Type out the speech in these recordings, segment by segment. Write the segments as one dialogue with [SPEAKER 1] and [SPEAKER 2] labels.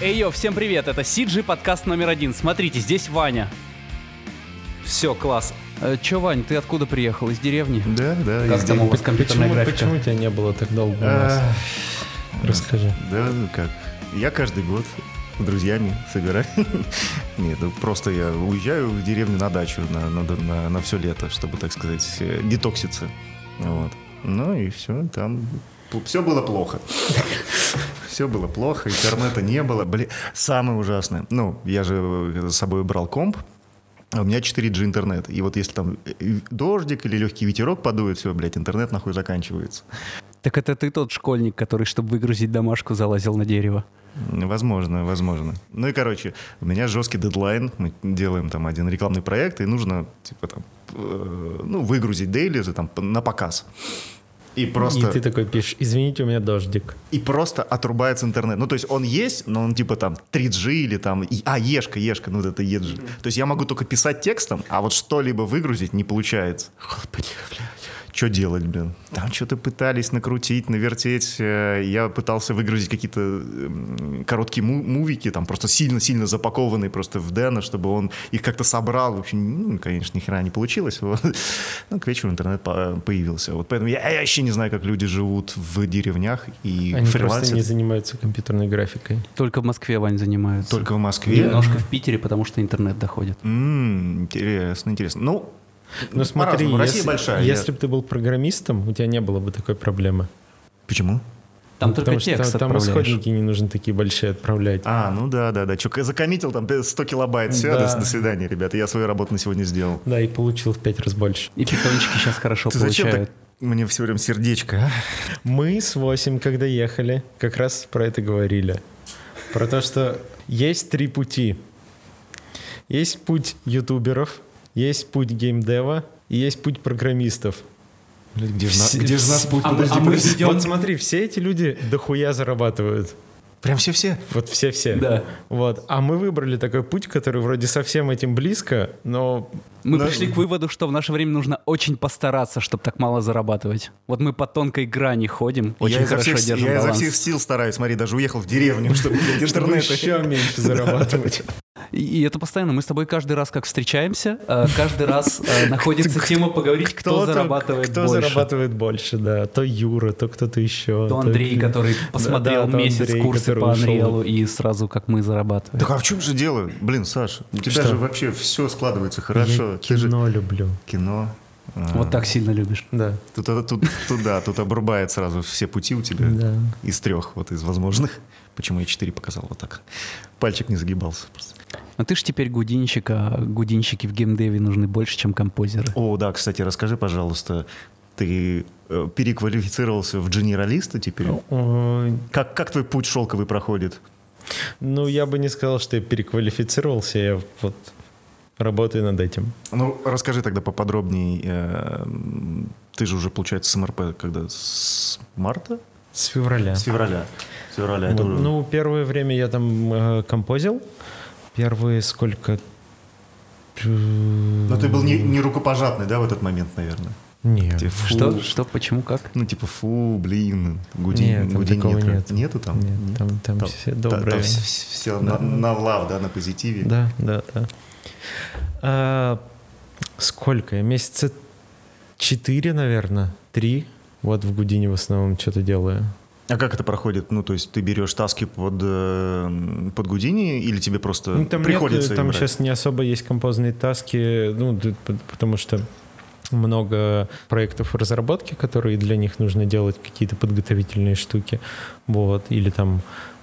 [SPEAKER 1] Эй, йо, всем привет, это CG подкаст номер один. Смотрите, здесь Ваня. Все, класс. Э, Че, Вань, ты откуда приехал? Из деревни?
[SPEAKER 2] Да, да.
[SPEAKER 3] Как
[SPEAKER 2] из
[SPEAKER 3] там у
[SPEAKER 2] деревни.
[SPEAKER 3] вас компьютерная
[SPEAKER 4] Почему,
[SPEAKER 3] графика?
[SPEAKER 4] почему тебя не было тогда у нас?
[SPEAKER 2] А,
[SPEAKER 4] Расскажи.
[SPEAKER 2] Да, ну как. Я каждый год с друзьями собираюсь. Нет, ну просто я уезжаю в деревню на дачу на, на, на, все лето, чтобы, так сказать, э, детокситься. Вот. Ну и все, там все было плохо. Все было плохо, интернета не было. Блин, самое ужасное. Ну, я же э, с собой брал комп, а у меня 4G интернет. И вот если там э, э, дождик или легкий ветерок подует, все, блядь, интернет нахуй заканчивается.
[SPEAKER 1] Так это ты тот школьник, который, чтобы выгрузить домашку, залазил на дерево.
[SPEAKER 2] Возможно, возможно. Ну и, короче, у меня жесткий дедлайн. Мы делаем там один рекламный проект, и нужно, типа, там, э, ну, выгрузить дейлизы там п- на показ. И просто,
[SPEAKER 4] И
[SPEAKER 2] и,
[SPEAKER 4] ты такой пишешь, извините, у меня дождик.
[SPEAKER 2] просто отрубается интернет. Ну, то есть он есть, но он типа там 3G или там... и- а, Ешка, Ешка, ну вот это EG. То есть я могу только писать текстом, а вот что-либо выгрузить не получается. Что делать, блин? Там что-то пытались накрутить, навертеть. Э, Я пытался выгрузить какие-то м, короткие му- мувики, там просто сильно-сильно запакованные просто в Дэна, чтобы он их как-то собрал. В общем, ну, конечно, ни хрена не получилось. Вот. Ну, к вечеру интернет по- появился. Вот поэтому я, я вообще не знаю, как люди живут в деревнях и
[SPEAKER 4] Они просто
[SPEAKER 2] фрилансят.
[SPEAKER 4] не занимаются компьютерной графикой.
[SPEAKER 1] Только в Москве, Вань, занимаются.
[SPEAKER 2] Только в Москве.
[SPEAKER 4] ну,
[SPEAKER 1] Немножко в Питере, потому что интернет доходит.
[SPEAKER 2] М, интересно, интересно. Ну,
[SPEAKER 4] Ну смотри,
[SPEAKER 2] по-разному. Россия
[SPEAKER 4] если,
[SPEAKER 2] большая. я-
[SPEAKER 4] если бы ты был программистом, у тебя не было бы такой проблемы.
[SPEAKER 2] Почему?
[SPEAKER 1] Там
[SPEAKER 4] Ну,
[SPEAKER 1] только
[SPEAKER 4] потому что
[SPEAKER 1] текст
[SPEAKER 4] там
[SPEAKER 1] отправляешь.
[SPEAKER 4] исходники не нужно такие большие отправлять.
[SPEAKER 2] А, ну да, да, да. Че, закоммитил там э, 100 килобайт. Все,
[SPEAKER 4] Да.
[SPEAKER 2] до, до свидания, ребята. Я свою работу на сегодня сделал.
[SPEAKER 4] Да, и получил в пять раз больше.
[SPEAKER 1] И питончики сейчас хорошо
[SPEAKER 2] Ты зачем
[SPEAKER 1] получают.
[SPEAKER 2] так? Мне все время сердечко, а?
[SPEAKER 4] Мы с 8, когда ехали, как раз про это говорили. Про то, что есть три пути. Есть путь ютуберов, есть путь геймдева и есть путь программистов.
[SPEAKER 2] где
[SPEAKER 4] же на- где же нас
[SPEAKER 1] А мы- Подожди, а мы подожди. идем-
[SPEAKER 4] Вот смотри, все эти люди дохуя зарабатывают.
[SPEAKER 2] Прям все-все?
[SPEAKER 4] Вот все-все.
[SPEAKER 1] Да.
[SPEAKER 4] Вот. А мы выбрали такой путь, который вроде совсем этим близко, но
[SPEAKER 1] Мы
[SPEAKER 2] Да.
[SPEAKER 1] пришли к выводу, что в наше время нужно очень постараться, чтобы так мало зарабатывать. Вот мы по тонкой грани ходим, очень
[SPEAKER 2] я изо
[SPEAKER 1] хорошо
[SPEAKER 2] всех,
[SPEAKER 1] держим
[SPEAKER 2] я изо
[SPEAKER 1] баланс.
[SPEAKER 2] всех сил стараюсь. Смотри, даже уехал в
[SPEAKER 4] Ну,
[SPEAKER 2] деревню, чтобы блядь,
[SPEAKER 4] чтобы
[SPEAKER 2] интернета.
[SPEAKER 4] еще меньше зарабатывать.
[SPEAKER 1] И, и это постоянно. Мы с тобой каждый раз, как встречаемся, э, каждый раз э, находится тема поговорить, кто
[SPEAKER 4] Кто-то-
[SPEAKER 1] зарабатывает
[SPEAKER 4] Кто
[SPEAKER 1] больше.
[SPEAKER 4] зарабатывает больше, да. То Юра, то кто-то еще.
[SPEAKER 1] То Андрей, который посмотрел
[SPEAKER 4] да, то
[SPEAKER 1] месяц
[SPEAKER 4] Андрей,
[SPEAKER 1] курсы
[SPEAKER 4] который
[SPEAKER 1] по
[SPEAKER 4] ушел.
[SPEAKER 1] Анриэлу и сразу как мы зарабатываем.
[SPEAKER 2] Так а в чем же дело? Блин, Саша, у тебя
[SPEAKER 4] Что?
[SPEAKER 2] же вообще все складывается
[SPEAKER 4] Я
[SPEAKER 2] хорошо. Ты же
[SPEAKER 4] кино люблю.
[SPEAKER 2] кино. А,
[SPEAKER 1] Вот так сильно любишь.
[SPEAKER 4] Да.
[SPEAKER 2] Тут, это- тут, тут, да, тут обрубает сразу все пути у тебя.
[SPEAKER 4] Да.
[SPEAKER 2] Из трех, вот из возможных. Почему я четыре показал вот так? Пальчик не загибался просто.
[SPEAKER 1] А ты ж теперь гудинщик, а гудинщики в геймдеве нужны больше, чем композеры.
[SPEAKER 2] О, да, кстати, расскажи, пожалуйста, ты э, переквалифицировался в генералиста теперь?
[SPEAKER 4] Ой,
[SPEAKER 2] Как, как твой путь шелковый проходит?
[SPEAKER 4] Ну, я бы не сказал, что я переквалифицировался, я вот работаю над этим.
[SPEAKER 2] Ну, расскажи тогда поподробнее. э, м, Ты же уже, получается, с МРП когда? С марта?
[SPEAKER 4] С февраля.
[SPEAKER 2] С февраля. С февраля. это
[SPEAKER 4] Вот.
[SPEAKER 2] уже-
[SPEAKER 4] Ну, первое время я там э, композил. Первые сколько...
[SPEAKER 2] Но ты был не, не рукопожатный, да, в этот момент, наверное?
[SPEAKER 4] Нет.
[SPEAKER 2] Тебе фу.
[SPEAKER 1] Что, что, почему, как?
[SPEAKER 2] Ну, типа, фу, блин, гуди,
[SPEAKER 4] Нет, там
[SPEAKER 2] гуди
[SPEAKER 4] такого
[SPEAKER 2] нет, как-
[SPEAKER 4] нет.
[SPEAKER 2] Нету там?
[SPEAKER 4] Нет, там, там все
[SPEAKER 2] та-
[SPEAKER 4] добрые.
[SPEAKER 2] там все, все на, на лав, да, на позитиве.
[SPEAKER 4] Да, да, да. А, сколько? я? Месяца четыре, наверное, три. Вот в Гудине в основном что-то делаю.
[SPEAKER 2] А как это проходит? Ну, то есть ты берешь таски под, э, под Гудини или тебе просто
[SPEAKER 4] Ну, там нет,
[SPEAKER 2] приходится
[SPEAKER 4] там
[SPEAKER 2] им брать?
[SPEAKER 4] сейчас не особо есть композные таски, ну, д- п- потому что много проектов разработки, которые для них нужно делать какие-то подготовительные штуки, вот, или там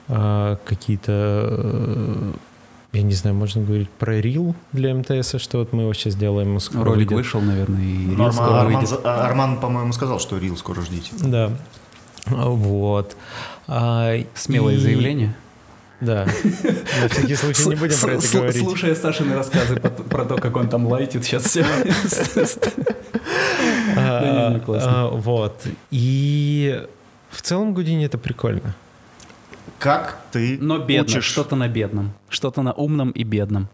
[SPEAKER 4] а, какие-то, э, я не знаю, можно говорить про рил для МТС, что вот мы его сейчас делаем. он скоро
[SPEAKER 1] Ролик
[SPEAKER 4] выйдет.
[SPEAKER 1] вышел, наверное, и
[SPEAKER 2] Арман,
[SPEAKER 1] рил скоро
[SPEAKER 2] Арман
[SPEAKER 1] выйдет.
[SPEAKER 2] за- а, Арман, по-моему, сказал, что Рил скоро ждите.
[SPEAKER 4] Да. Вот. А,
[SPEAKER 1] Смелое
[SPEAKER 4] и-
[SPEAKER 1] заявление.
[SPEAKER 4] Да. На всякий случай не будем про это говорить.
[SPEAKER 1] Слушая Сашины рассказы про, то, как он там лайтит сейчас все. Да не, не, классно.
[SPEAKER 4] А, а, Вот. И в целом Гудини это прикольно.
[SPEAKER 2] Как ты
[SPEAKER 1] Но бедно,
[SPEAKER 2] учишь
[SPEAKER 1] что-то на бедном. Что-то на умном и бедном.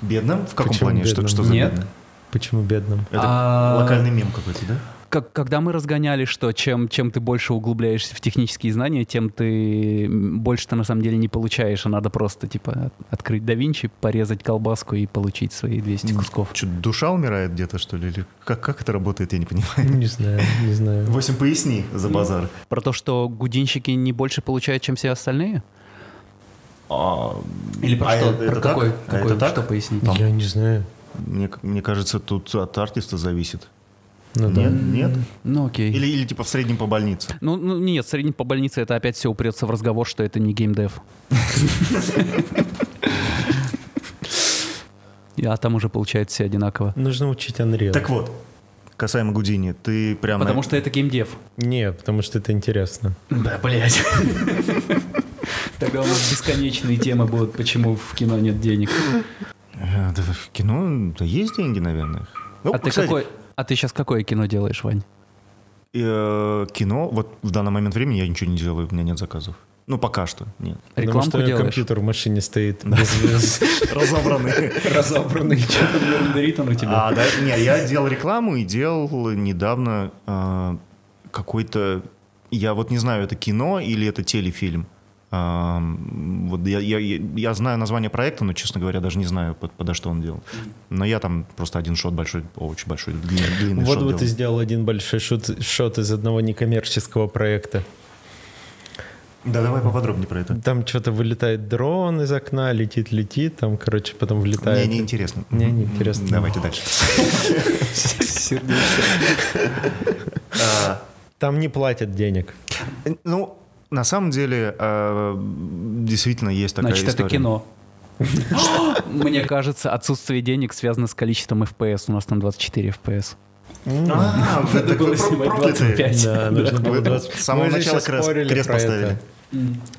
[SPEAKER 2] бедным? В каком
[SPEAKER 4] Почему
[SPEAKER 2] плане? Что,
[SPEAKER 4] бедным?
[SPEAKER 2] что за
[SPEAKER 1] Нет.
[SPEAKER 2] бедным?
[SPEAKER 4] Почему бедным?
[SPEAKER 2] Это
[SPEAKER 1] А,
[SPEAKER 2] локальный мем какой-то, да?
[SPEAKER 1] как, когда мы разгоняли, что чем, чем ты больше углубляешься в технические знания, тем ты больше-то на самом деле не получаешь, а надо просто, типа, от- открыть да Винчи, порезать колбаску и получить свои 200 кусков.
[SPEAKER 2] Что, душа умирает где-то, что ли? Или как, как это работает, я не понимаю.
[SPEAKER 4] Ну, Не знаю, не знаю.
[SPEAKER 2] Восемь, поясни за базар.
[SPEAKER 1] Про то, что гудинщики не больше получают, чем все остальные? Или про
[SPEAKER 2] А
[SPEAKER 1] что?
[SPEAKER 2] это-
[SPEAKER 1] про
[SPEAKER 2] это
[SPEAKER 1] какой?
[SPEAKER 2] так? А
[SPEAKER 1] какой
[SPEAKER 2] это так?
[SPEAKER 1] Что пояснить?
[SPEAKER 4] Я не знаю.
[SPEAKER 2] Мне, мне кажется, тут от артиста зависит.
[SPEAKER 4] Ну да.
[SPEAKER 2] Нет? Нет?
[SPEAKER 1] Ну окей.
[SPEAKER 2] Или, или типа в среднем по больнице.
[SPEAKER 1] Ну, ну, нет, средний по больнице это опять все упрется в разговор, что это не геймдев. И- А там уже получается все одинаково.
[SPEAKER 4] Нужно учить Unreal.
[SPEAKER 2] Так вот, касаемо Гудини, ты прям...
[SPEAKER 1] Потому что это геймдев.
[SPEAKER 4] Не, потому что это интересно.
[SPEAKER 1] Да, блядь. Тогда у нас бесконечные темы будут, почему в кино нет денег.
[SPEAKER 2] Э, да в кино да есть деньги, наверное. Ну,
[SPEAKER 1] А ты
[SPEAKER 2] кстати,
[SPEAKER 1] какой? А ты сейчас какое кино делаешь, Вань?
[SPEAKER 2] э, кино, вот в данный момент времени я ничего не делаю, у меня нет заказов. Ну, пока что, нет.
[SPEAKER 1] Рекламку
[SPEAKER 4] потому что
[SPEAKER 1] делаешь?
[SPEAKER 4] компьютер в машине стоит без- без
[SPEAKER 2] Разобраны.
[SPEAKER 1] Разобранный у тебя.
[SPEAKER 2] А, да, не, я делал рекламу и делал недавно э, какой-то, я вот не знаю, это кино или это телефильм. Эм, вот я, я- я- я знаю название проекта, но, честно говоря, даже не знаю, под, подо что он делал. Но я там просто один шот большой, очень большой, длинный, длинный
[SPEAKER 4] Вот
[SPEAKER 2] шот
[SPEAKER 4] бы
[SPEAKER 2] делал.
[SPEAKER 4] ты сделал один большой шут- шот из одного некоммерческого проекта.
[SPEAKER 2] Да, давай поподробнее про это.
[SPEAKER 4] Там что-то вылетает дрон из окна, летит, летит, там, короче, потом
[SPEAKER 2] Мне
[SPEAKER 4] влетает.
[SPEAKER 2] неинтересно.
[SPEAKER 4] Мне неинтересно.
[SPEAKER 2] Давайте дальше. А,
[SPEAKER 4] Там не платят денег.
[SPEAKER 2] Ну, на самом деле, э, действительно есть такая
[SPEAKER 1] Значит, это
[SPEAKER 2] история.
[SPEAKER 1] кино. Мне кажется, отсутствие денег связано с количеством FPS. У нас там 24 FPS.
[SPEAKER 2] А, да, так вы
[SPEAKER 1] было
[SPEAKER 2] про-
[SPEAKER 1] снимать
[SPEAKER 2] проклятые.
[SPEAKER 1] 25.
[SPEAKER 4] Да, нужно
[SPEAKER 2] Вы
[SPEAKER 4] было
[SPEAKER 2] с
[SPEAKER 4] 20.
[SPEAKER 2] самого
[SPEAKER 4] Мы же
[SPEAKER 2] начала
[SPEAKER 4] сейчас
[SPEAKER 2] крест-
[SPEAKER 4] спорили
[SPEAKER 2] крест
[SPEAKER 4] про
[SPEAKER 2] поставили.
[SPEAKER 4] это.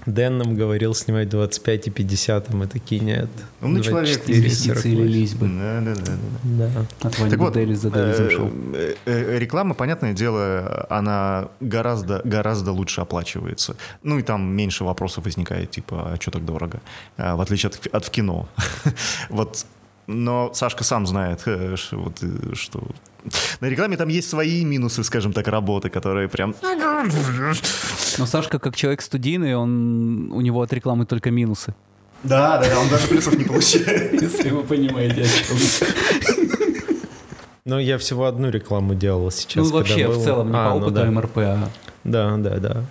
[SPEAKER 4] Дэн нам говорил снимать 25 и 50, а мы такие нет.
[SPEAKER 2] Умный Ну, человек,
[SPEAKER 4] 24,
[SPEAKER 1] Инвестиции
[SPEAKER 4] 48.
[SPEAKER 1] лились бы.
[SPEAKER 2] Да, да, да, да.
[SPEAKER 4] Да.
[SPEAKER 1] От Вани
[SPEAKER 2] Так вот,
[SPEAKER 1] Дели за Делизом
[SPEAKER 2] э,
[SPEAKER 1] шел.
[SPEAKER 2] э, э, реклама, понятное дело, она гораздо, гораздо лучше оплачивается. Ну и там меньше вопросов возникает, типа, а что так дорого? А, В отличие от, от в кино. Вот. Но Сашка сам знает, э, ш- вот, э, что... На рекламе там есть свои минусы, скажем так, работы, которые прям...
[SPEAKER 1] Но Сашка, как человек студийный, он, у него от рекламы только минусы.
[SPEAKER 2] Да, да, да, он даже плюсов не получает.
[SPEAKER 1] Если вы понимаете, о чем.
[SPEAKER 4] Но я всего одну рекламу делал сейчас.
[SPEAKER 1] Ну,
[SPEAKER 4] когда
[SPEAKER 1] вообще, в
[SPEAKER 4] был.
[SPEAKER 1] целом, не
[SPEAKER 4] А,
[SPEAKER 1] по
[SPEAKER 4] ну
[SPEAKER 1] опыту
[SPEAKER 4] да.
[SPEAKER 1] МРП, а
[SPEAKER 4] Да, да, да.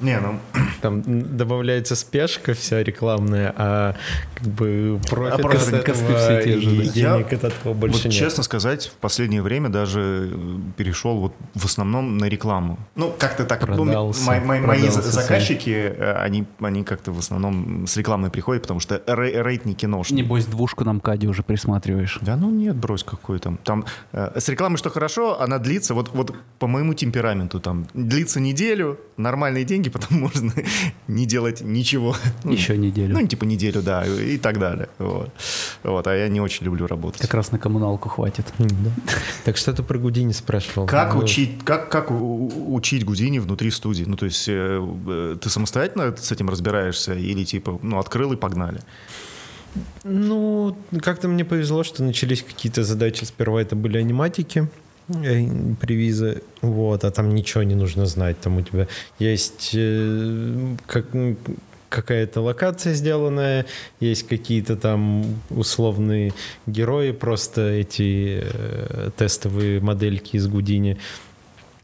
[SPEAKER 2] Не, ну...
[SPEAKER 4] Там м, добавляется спешка вся рекламная, а как бы профит
[SPEAKER 2] профит
[SPEAKER 4] от
[SPEAKER 1] А косты
[SPEAKER 4] этого
[SPEAKER 1] все те же,
[SPEAKER 4] и
[SPEAKER 2] да.
[SPEAKER 4] денег
[SPEAKER 2] Я-
[SPEAKER 4] от этого больше
[SPEAKER 2] вот
[SPEAKER 4] нет.
[SPEAKER 2] честно сказать, в последнее время даже э, перешел вот в основном на рекламу. Ну, как-то так. ну,
[SPEAKER 4] Продался,
[SPEAKER 2] мои- мои- мои за-
[SPEAKER 4] продался,
[SPEAKER 2] заказчики, э, они, они как-то в основном с рекламой приходят, потому что рей- рейд не киношный.
[SPEAKER 1] небось двушку на МКАДе уже присматриваешь.
[SPEAKER 2] Да ну нет, брось какой там. Там э, с рекламой что хорошо, она длится, вот, вот по моему темпераменту там, длится неделю, нормальные деньги, потом можно не делать ничего. Ну,
[SPEAKER 1] Еще неделю.
[SPEAKER 2] Ну, типа неделю, да, и и так далее. Вот. Вот, а я не очень люблю работать.
[SPEAKER 1] Как раз на коммуналку хватит.
[SPEAKER 4] М, да. Так что ты про Гудини спрашивал?
[SPEAKER 2] Как
[SPEAKER 4] Ну,
[SPEAKER 2] учить, как, как у- у- учить Гудини внутри студии? Ну, то есть э, э, ты самостоятельно с этим разбираешься или типа, ну, открыл и погнали?
[SPEAKER 4] Ну, как-то мне повезло, что начались какие-то задачи. Сперва это были аниматики, э, привизы, вот, а там ничего не нужно знать. Там у тебя есть э, как- м, какая-то локация сделанная, есть какие-то там условные герои, просто эти э, тестовые модельки из Гудини.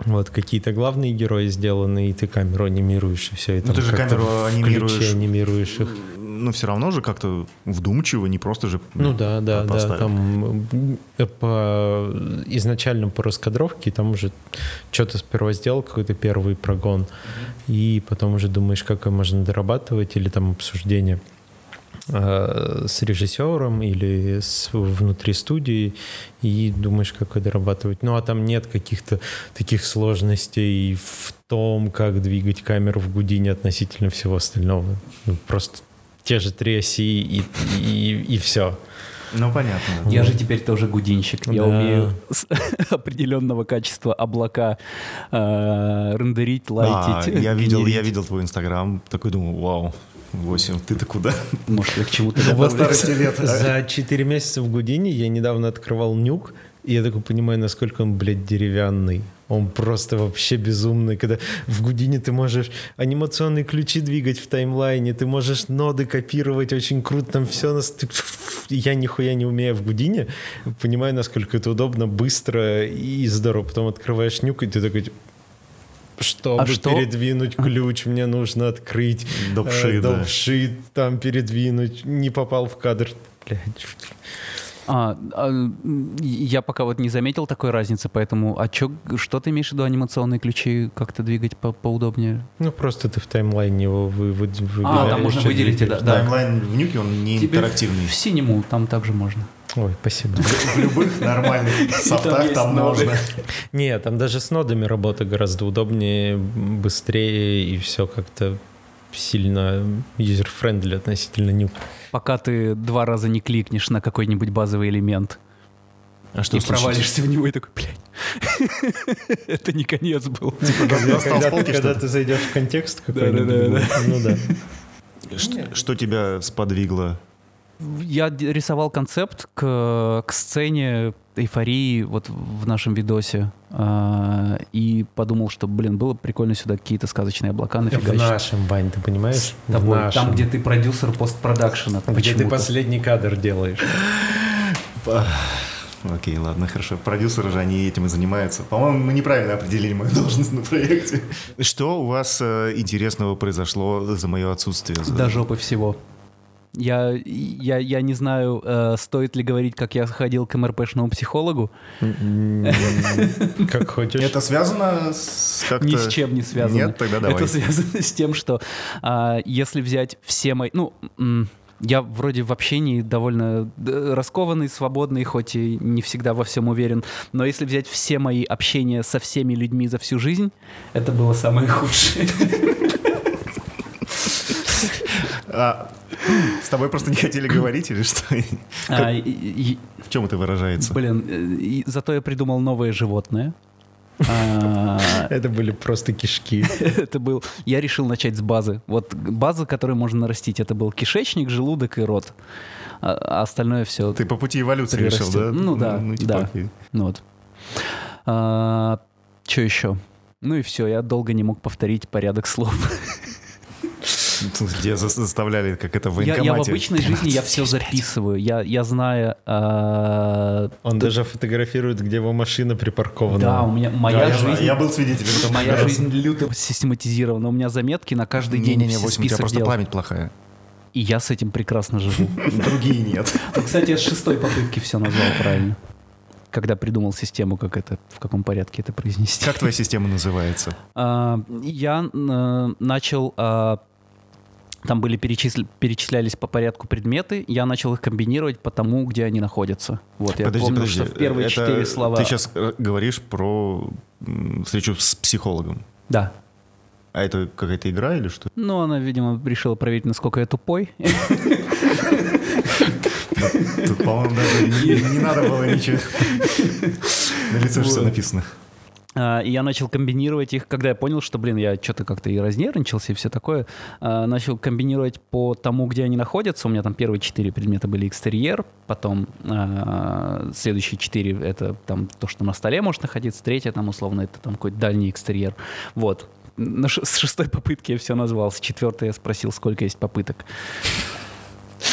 [SPEAKER 4] Вот какие-то главные герои сделаны, и ты камеру анимируешь, и все это.
[SPEAKER 2] Ну, ты же камеру анимируешь.
[SPEAKER 4] анимируешь их.
[SPEAKER 2] Ну, все равно же как-то вдумчиво, не просто же...
[SPEAKER 4] Ну да, да, да.
[SPEAKER 2] поставил.
[SPEAKER 4] Там э, по изначально по раскадровке там уже что-то сперва сделал какой-то первый прогон, и потом уже думаешь, как его можно дорабатывать или там обсуждение э, с режиссером или с, внутри студии и думаешь, как это дорабатывать. Ну а там нет каких-то таких сложностей в том, как двигать камеру в Гудине относительно всего остального. Ну, Просто те же три оси и, и, все.
[SPEAKER 2] Ну, понятно.
[SPEAKER 1] Я же теперь тоже гудинщик. Я
[SPEAKER 4] Да.
[SPEAKER 1] умею с определенного качества облака э, рендерить,
[SPEAKER 2] Да,
[SPEAKER 1] лайтить.
[SPEAKER 2] А, я видел, я
[SPEAKER 1] генерить.
[SPEAKER 2] видел твой инстаграм, такой думал, вау, 8, ты-то куда?
[SPEAKER 1] Может, я к чему-то
[SPEAKER 2] Во
[SPEAKER 1] добавлю.
[SPEAKER 2] старости лет.
[SPEAKER 4] За 4 месяца в Гудине я недавно открывал нюк, и я такой понимаю, насколько он, блядь, деревянный. Он просто вообще безумный, когда в Гудине ты можешь анимационные ключи двигать в таймлайне, ты можешь ноды копировать очень круто, там все нас... Я нихуя не умею в Гудине, понимаю, насколько это удобно, быстро и здорово. Потом открываешь нюк, и ты такой, чтобы
[SPEAKER 1] А что?
[SPEAKER 4] передвинуть ключ, мне нужно открыть
[SPEAKER 2] Допши,
[SPEAKER 4] э,
[SPEAKER 2] да.
[SPEAKER 4] допши, там передвинуть, не попал в кадр. Блядь.
[SPEAKER 1] А, а, м, я пока вот не заметил такой разницы, поэтому... А чё, что ты имеешь в виду анимационные ключи как-то двигать по- поудобнее?
[SPEAKER 4] Ну, просто ты в таймлайне его вы, вы-
[SPEAKER 1] А,
[SPEAKER 4] выбираешь,
[SPEAKER 1] там можно
[SPEAKER 4] что
[SPEAKER 1] выделить, и да.
[SPEAKER 4] двигаешь.
[SPEAKER 1] да.
[SPEAKER 2] Таймлайн в нюке, он не
[SPEAKER 1] Тебе
[SPEAKER 2] интерактивный.
[SPEAKER 1] В синему там также можно.
[SPEAKER 4] Ой, спасибо.
[SPEAKER 2] В любых нормальных софтах
[SPEAKER 1] есть
[SPEAKER 2] там
[SPEAKER 1] ноды.
[SPEAKER 2] можно.
[SPEAKER 4] Не, там даже с нодами работа гораздо удобнее, м, быстрее и все как-то сильно юзер-френдли относительно нюк.
[SPEAKER 1] Пока ты два раза не кликнешь на какой-нибудь базовый элемент
[SPEAKER 2] А что
[SPEAKER 1] и провалишься в него и такой, блядь, это не конец был.
[SPEAKER 2] Достал с
[SPEAKER 4] Когда,
[SPEAKER 2] полки,
[SPEAKER 4] ты, когда
[SPEAKER 2] что
[SPEAKER 4] ты зайдешь в контекст какой-нибудь,
[SPEAKER 1] Да-да-да-да.
[SPEAKER 4] будет. ну да.
[SPEAKER 2] ли? Что- Что тебя сподвигло?
[SPEAKER 1] Я д- рисовал концепт к, к сцене эйфории вот в нашем видосе а, и подумал, что, блин, было бы прикольно сюда какие-то сказочные облака
[SPEAKER 4] В
[SPEAKER 1] нафигачить.
[SPEAKER 4] нашем, Вань, ты понимаешь? В
[SPEAKER 1] Тобой.
[SPEAKER 4] нашем.
[SPEAKER 1] Там, где ты продюсер постпродакшена.
[SPEAKER 4] Где ты
[SPEAKER 1] почему-то.
[SPEAKER 4] последний кадр делаешь.
[SPEAKER 2] Окей, ладно, хорошо. Продюсеры же, они этим и занимаются. По-моему, мы неправильно определили мою должность на проекте. Что у вас э, интересного произошло за мое отсутствие? За-
[SPEAKER 1] До жопы всего. Я, я, я не знаю, э, стоит ли говорить, как я сходил к МРПшному психологу.
[SPEAKER 4] М-м-м. Как хочешь.
[SPEAKER 2] Это связано с как-то...
[SPEAKER 1] Ни с чем не связано.
[SPEAKER 2] Нет, тогда давай.
[SPEAKER 1] Это связано с тем, что а, если взять все мои... Ну, м, я вроде в общении довольно э, раскованный, свободный, хоть и не всегда во всем уверен. Но если взять все мои общения со всеми людьми за всю жизнь, это было самое худшее.
[SPEAKER 2] А, с тобой просто не хотели говорить или что?
[SPEAKER 1] А, и- и-
[SPEAKER 2] В чем это выражается?
[SPEAKER 1] Блин, э, и зато я придумал новое животное. А,
[SPEAKER 4] Это были просто кишки.
[SPEAKER 1] Это был... Я решил начать с базы. Вот база, которую можно нарастить, это был кишечник, желудок и рот. А- а Остальное все...
[SPEAKER 2] Ты по пути эволюции решил,
[SPEAKER 1] Прирастет.
[SPEAKER 2] да? типа,
[SPEAKER 1] Ну да, да.
[SPEAKER 2] окей.
[SPEAKER 1] Ну Вот. А, Че еще? Ну и все, я долго не мог повторить порядок слов.
[SPEAKER 2] Где за- заставляли, как это в
[SPEAKER 1] Я, я
[SPEAKER 2] военкомате.
[SPEAKER 1] в обычной жизни я все записываю. Я, я знаю... а,
[SPEAKER 4] Он даже фотографирует, где его машина припаркована.
[SPEAKER 1] да, у меня
[SPEAKER 2] Да,
[SPEAKER 1] моя
[SPEAKER 2] я знаю,
[SPEAKER 1] жизнь...
[SPEAKER 2] Я был свидетелем.
[SPEAKER 1] что Моя жизнь люто систематизирована. У меня заметки на каждый день
[SPEAKER 2] Не-не-не,
[SPEAKER 1] все
[SPEAKER 2] Восемь, у тебя
[SPEAKER 1] список
[SPEAKER 2] просто
[SPEAKER 1] дел.
[SPEAKER 2] память плохая.
[SPEAKER 1] И я с этим прекрасно живу.
[SPEAKER 2] Другие нет.
[SPEAKER 1] Ну, кстати, я с шестой попытки все назвал правильно. Когда придумал систему, как это, в каком порядке это произнести.
[SPEAKER 2] Как твоя система называется?
[SPEAKER 1] А, Я э, начал... а, Там были перечисл- перечислялись по порядку предметы, я начал их комбинировать по тому, где они находятся. Вот, я помню, что в первые
[SPEAKER 2] Это
[SPEAKER 1] четыре слова...
[SPEAKER 2] Ты сейчас говоришь про м, встречу с психологом.
[SPEAKER 1] Да.
[SPEAKER 2] А это какая-то игра или что?
[SPEAKER 1] Ну, она, видимо, решила проверить, насколько я тупой.
[SPEAKER 2] Тут, по-моему, даже не, не надо было ничего. На лице же все написано.
[SPEAKER 1] А, И я начал комбинировать их, когда я понял, что, блин, я что-то как-то и разнервничался, и все такое. А, Начал комбинировать по тому, где они находятся. У меня там первые четыре предмета были экстерьер, потом а, следующие четыре — это там то, что на столе может находиться, третье там условно — это там какой-то дальний экстерьер. Вот. На ш- с шестой попытки я все назвал, с четвертой я спросил, сколько есть попыток.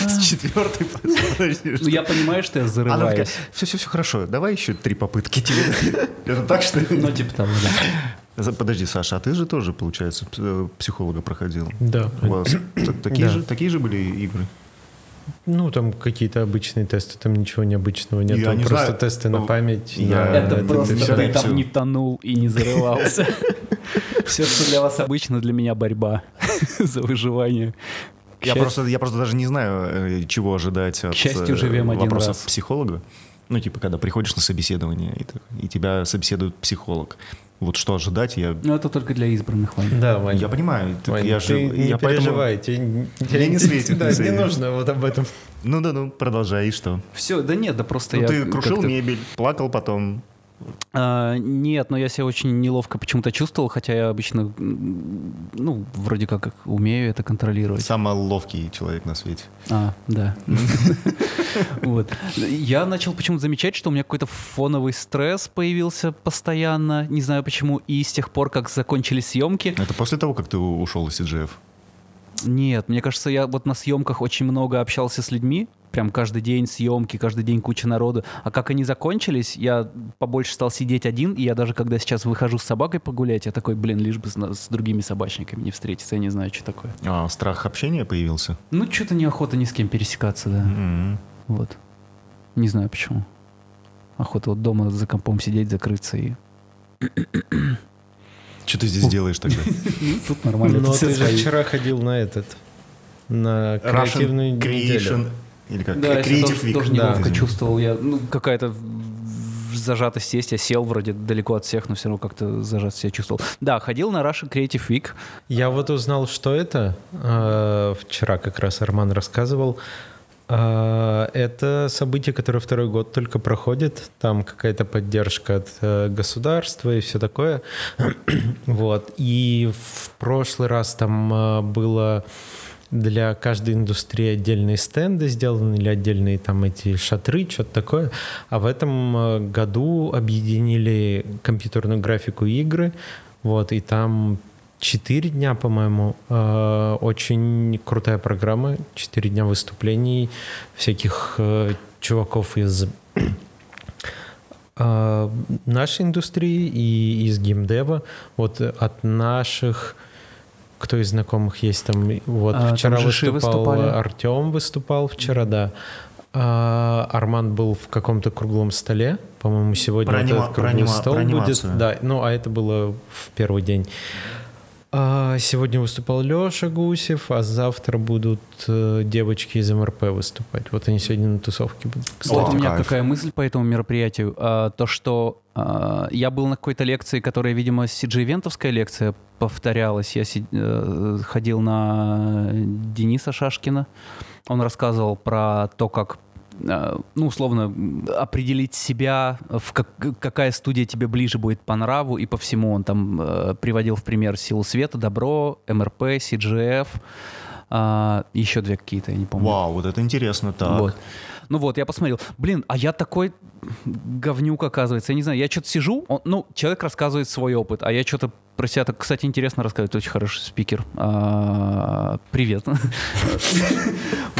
[SPEAKER 1] А.
[SPEAKER 2] С четвертой
[SPEAKER 1] Ну, я понимаю, что я
[SPEAKER 2] А ну,
[SPEAKER 1] зарываюсь.
[SPEAKER 2] все, все, все хорошо. Давай еще три попытки тебе. Это так, что ли?
[SPEAKER 1] Ну, типа того, да.
[SPEAKER 2] За- Подожди, Саша, а ты же тоже, получается, п- э, психолога проходил?
[SPEAKER 4] Да.
[SPEAKER 2] У вас т- такие
[SPEAKER 4] Да.
[SPEAKER 2] же- такие же были игры?
[SPEAKER 4] Ну, там какие-то обычные тесты, там ничего необычного нет.
[SPEAKER 2] Я
[SPEAKER 4] там
[SPEAKER 2] не
[SPEAKER 4] просто
[SPEAKER 2] знаю.
[SPEAKER 4] тесты на
[SPEAKER 2] Ну,
[SPEAKER 4] память.
[SPEAKER 2] я-
[SPEAKER 4] на
[SPEAKER 2] Это
[SPEAKER 4] этот
[SPEAKER 2] просто
[SPEAKER 4] и
[SPEAKER 2] всё.
[SPEAKER 1] ты
[SPEAKER 2] ты
[SPEAKER 1] там
[SPEAKER 2] всё.
[SPEAKER 1] не тонул и не зарывался. Все, что для вас обычно, для меня борьба за выживание. К
[SPEAKER 2] Я
[SPEAKER 1] счастью-
[SPEAKER 2] просто, я просто даже не знаю, э, чего ожидать от
[SPEAKER 1] счастью,
[SPEAKER 2] э,
[SPEAKER 1] живем один
[SPEAKER 2] вопросов
[SPEAKER 1] раз.
[SPEAKER 2] психолога. Ну, типа, когда приходишь на собеседование, и, ты- и тебя собеседует психолог. Вот что ожидать, я...
[SPEAKER 1] Ну, это только для избранных, Вань.
[SPEAKER 4] Да, Вань.
[SPEAKER 2] Я понимаю, ты-
[SPEAKER 4] Вань,
[SPEAKER 2] я же...
[SPEAKER 4] ты не
[SPEAKER 2] я поэтому-
[SPEAKER 4] переживай, тебе не-
[SPEAKER 2] Мне не светит,
[SPEAKER 4] Да,
[SPEAKER 2] не
[SPEAKER 4] не
[SPEAKER 2] светит.
[SPEAKER 4] нужно вот об этом.
[SPEAKER 2] Ну да, ну, продолжай, и что?
[SPEAKER 1] Все, да нет, да просто
[SPEAKER 2] Ну,
[SPEAKER 1] я...
[SPEAKER 2] ты крушил
[SPEAKER 1] как-то-
[SPEAKER 2] мебель, плакал потом,
[SPEAKER 1] А, нет, но я себя очень неловко почему-то чувствовал, хотя я обычно, м, ну, вроде как умею это контролировать.
[SPEAKER 2] Самый ловкий человек на свете.
[SPEAKER 1] А, да. Вот. Я начал почему-то замечать, что у меня какой-то фоновый стресс появился постоянно, не знаю почему, и с тех пор, как закончились съемки,
[SPEAKER 2] Это после того, как ты у- ушел из CGF?
[SPEAKER 1] нет, мне кажется, я вот на съемках очень много общался с людьми, прям каждый день съемки, каждый день куча народу. А как они закончились, я побольше стал сидеть один, и я даже когда сейчас выхожу с собакой погулять, я такой, блин, лишь бы с, на- с другими собачниками не встретиться, я не знаю, что такое.
[SPEAKER 2] А, страх общения появился?
[SPEAKER 1] Ну, что-то неохота ни с кем пересекаться, да.
[SPEAKER 4] М-м.
[SPEAKER 2] М.
[SPEAKER 1] Вот. Не знаю почему. Охота вот дома за компом сидеть, закрыться и...
[SPEAKER 2] Что ты здесь делаешь тогда?
[SPEAKER 1] ну, Тут
[SPEAKER 4] Но Ну, а ты же вчера ходил на этот, на креативную неделю.
[SPEAKER 2] Creation. Или как?
[SPEAKER 1] Да, я себя
[SPEAKER 2] Creative
[SPEAKER 1] тоже,
[SPEAKER 2] Week.
[SPEAKER 1] тоже
[SPEAKER 4] да.
[SPEAKER 1] неловко
[SPEAKER 2] Извини.
[SPEAKER 1] чувствовал. Я, ну, какая-то в- зажатость есть. Я сел вроде далеко от всех, но все равно как-то зажат себя чувствовал. Да, ходил на Russian Creative Week.
[SPEAKER 4] Я вот узнал, что это. э, Вчера как раз Арман рассказывал. Э, Это событие, которое второй год только проходит. Там какая-то поддержка от э, государства и все такое. Вот. И в прошлый раз там э, было для каждой индустрии отдельные стенды сделаны или отдельные там эти шатры, что-то такое. А в этом э, году объединили компьютерную графику и игры. Вот, и там четыре дня, по-моему, э, очень крутая программа. Четыре дня выступлений всяких э, чуваков из э, нашей индустрии и из геймдева. Вот э, от наших, кто из знакомых есть там, и вот
[SPEAKER 1] А, там
[SPEAKER 4] вчера
[SPEAKER 1] жиши
[SPEAKER 4] выступал
[SPEAKER 1] выступали.
[SPEAKER 4] Артем, выступал вчера, да. А, Арман был в каком-то круглом столе, по-моему, сегодня
[SPEAKER 2] Про
[SPEAKER 4] вот
[SPEAKER 2] анима-
[SPEAKER 4] этот
[SPEAKER 2] про
[SPEAKER 4] круглый
[SPEAKER 2] анима-
[SPEAKER 4] стол
[SPEAKER 2] про
[SPEAKER 4] будет.
[SPEAKER 2] анимацию.
[SPEAKER 4] Да, ну а это было в первый день. А, Сегодня выступал Леша Гусев, а завтра будут э, девочки из МРП выступать. Вот они сегодня на тусовке будут.
[SPEAKER 1] Кстати, у меня
[SPEAKER 2] кайф.
[SPEAKER 1] какая мысль по этому мероприятию. А, то, что а, я был на какой-то лекции, которая, видимо, CG-вентовская лекция повторялась. Я си- э, ходил на Дениса Шашкина. Он рассказывал про то, как э, ну, условно, м, определить себя, в как- какая студия тебе ближе будет по нраву и по всему. Он там э, приводил в пример «Силу света», «Добро», «МРП», «CGF», а, еще две какие-то, я не помню.
[SPEAKER 2] Вау, вот это интересно, так.
[SPEAKER 1] Вот. Ну вот, я посмотрел. Блин, а я такой говнюк, оказывается. Я не знаю, я что-то сижу, он- ну, человек рассказывает свой опыт, а я что-то про себя так, кстати, интересно рассказывает, очень хороший спикер. А, Привет.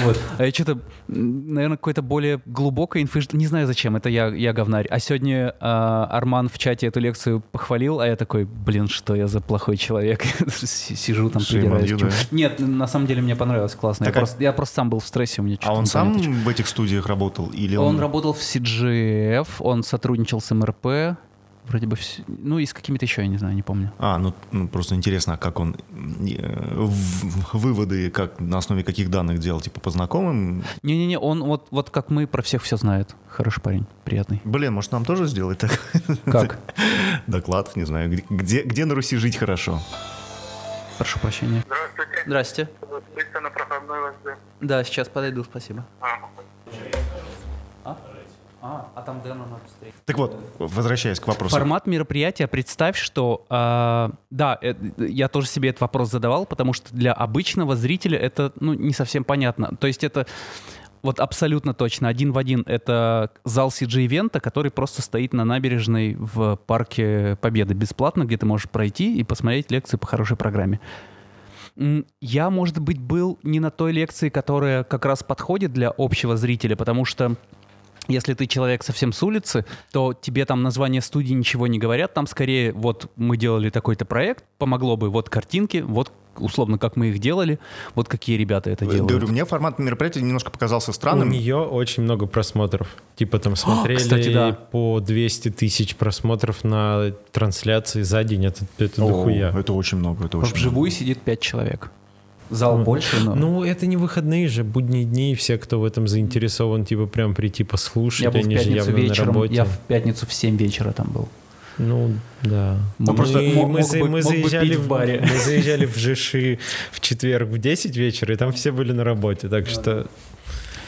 [SPEAKER 1] Вот. А я что-то, наверное, какой-то более глубокой инфы, жд- не знаю зачем, это я, я говнарь. А сегодня а, Арман в чате эту лекцию похвалил, а я такой, блин, что я за плохой человек. Си- Сижу там,
[SPEAKER 2] Shame on
[SPEAKER 1] придираюсь.
[SPEAKER 2] you,
[SPEAKER 1] Чё-
[SPEAKER 2] да?
[SPEAKER 1] Нет, на самом деле мне понравилось, классно. Я
[SPEAKER 2] Так, а-
[SPEAKER 1] просто- Я просто сам был в стрессе, у меня
[SPEAKER 2] А
[SPEAKER 1] что-то
[SPEAKER 2] он
[SPEAKER 1] не
[SPEAKER 2] сам
[SPEAKER 1] понятно, чё.
[SPEAKER 2] в этих студиях работал? Или
[SPEAKER 1] Он
[SPEAKER 2] он...
[SPEAKER 1] работал в CGF, он сотрудничал с МРП, вроде бы, вс- ну и с какими-то еще, я не знаю, не помню.
[SPEAKER 2] А, ну, ну, просто интересно, а как он э, в- в- выводы, как на основе каких данных делал, типа по знакомым?
[SPEAKER 1] Не-не-не, он вот, вот как мы про всех все знает. Хороший парень, приятный.
[SPEAKER 2] Блин, может нам тоже сделать так?
[SPEAKER 1] Как?
[SPEAKER 2] Доклад, не знаю, где- где, где на Руси жить хорошо?
[SPEAKER 1] Прошу прощения.
[SPEAKER 3] Здравствуйте.
[SPEAKER 1] Здрасте.
[SPEAKER 3] Вот Быстро на проходной вас жду.
[SPEAKER 1] Да, сейчас подойду, спасибо.
[SPEAKER 3] А.
[SPEAKER 1] А, а там Дэна надо встретить.
[SPEAKER 2] Так вот, возвращаясь к вопросу.
[SPEAKER 1] Формат мероприятия, представь, что... а, да, э, я тоже себе этот вопрос задавал, потому что для обычного зрителя это ну, не совсем понятно. То есть это вот абсолютно точно, один в один, это зал CG-ивента, который просто стоит на набережной в парке Победы бесплатно, где ты можешь пройти и посмотреть лекции по хорошей программе. М, Я, может быть, был не на той лекции, которая как раз подходит для общего зрителя, потому что если ты человек совсем с улицы, то тебе там название студии ничего не говорят. Там скорее вот мы делали такой-то проект, помогло бы вот картинки, вот условно как мы их делали, вот какие ребята это
[SPEAKER 2] Я
[SPEAKER 1] делают.
[SPEAKER 2] Э, говорю, мне формат мероприятия немножко показался
[SPEAKER 4] У
[SPEAKER 2] странным.
[SPEAKER 4] нее очень много просмотров. Типа там смотрели
[SPEAKER 1] кстати, да.
[SPEAKER 4] по 200 тысяч просмотров на трансляции за день. Это, это
[SPEAKER 2] О,
[SPEAKER 4] дохуя.
[SPEAKER 2] это очень много, это очень много.
[SPEAKER 1] Вживую сидит пять человек. Зал
[SPEAKER 4] Ну,
[SPEAKER 1] больше, но...
[SPEAKER 4] Ну, это не выходные же, будние дни, и все, кто в этом заинтересован, типа прям прийти послушать,
[SPEAKER 1] я был в
[SPEAKER 4] они же
[SPEAKER 1] пятницу
[SPEAKER 4] явно на
[SPEAKER 1] вечером,
[SPEAKER 4] работе.
[SPEAKER 1] я в пятницу в 7 вечера там был.
[SPEAKER 4] Ну, да.
[SPEAKER 1] Ну, просто мог- мог
[SPEAKER 4] за-
[SPEAKER 1] бы- мог бы пить в
[SPEAKER 4] в
[SPEAKER 1] баре.
[SPEAKER 4] Мы заезжали в Жиши в четверг в 10 вечера, и там все были на работе, так что...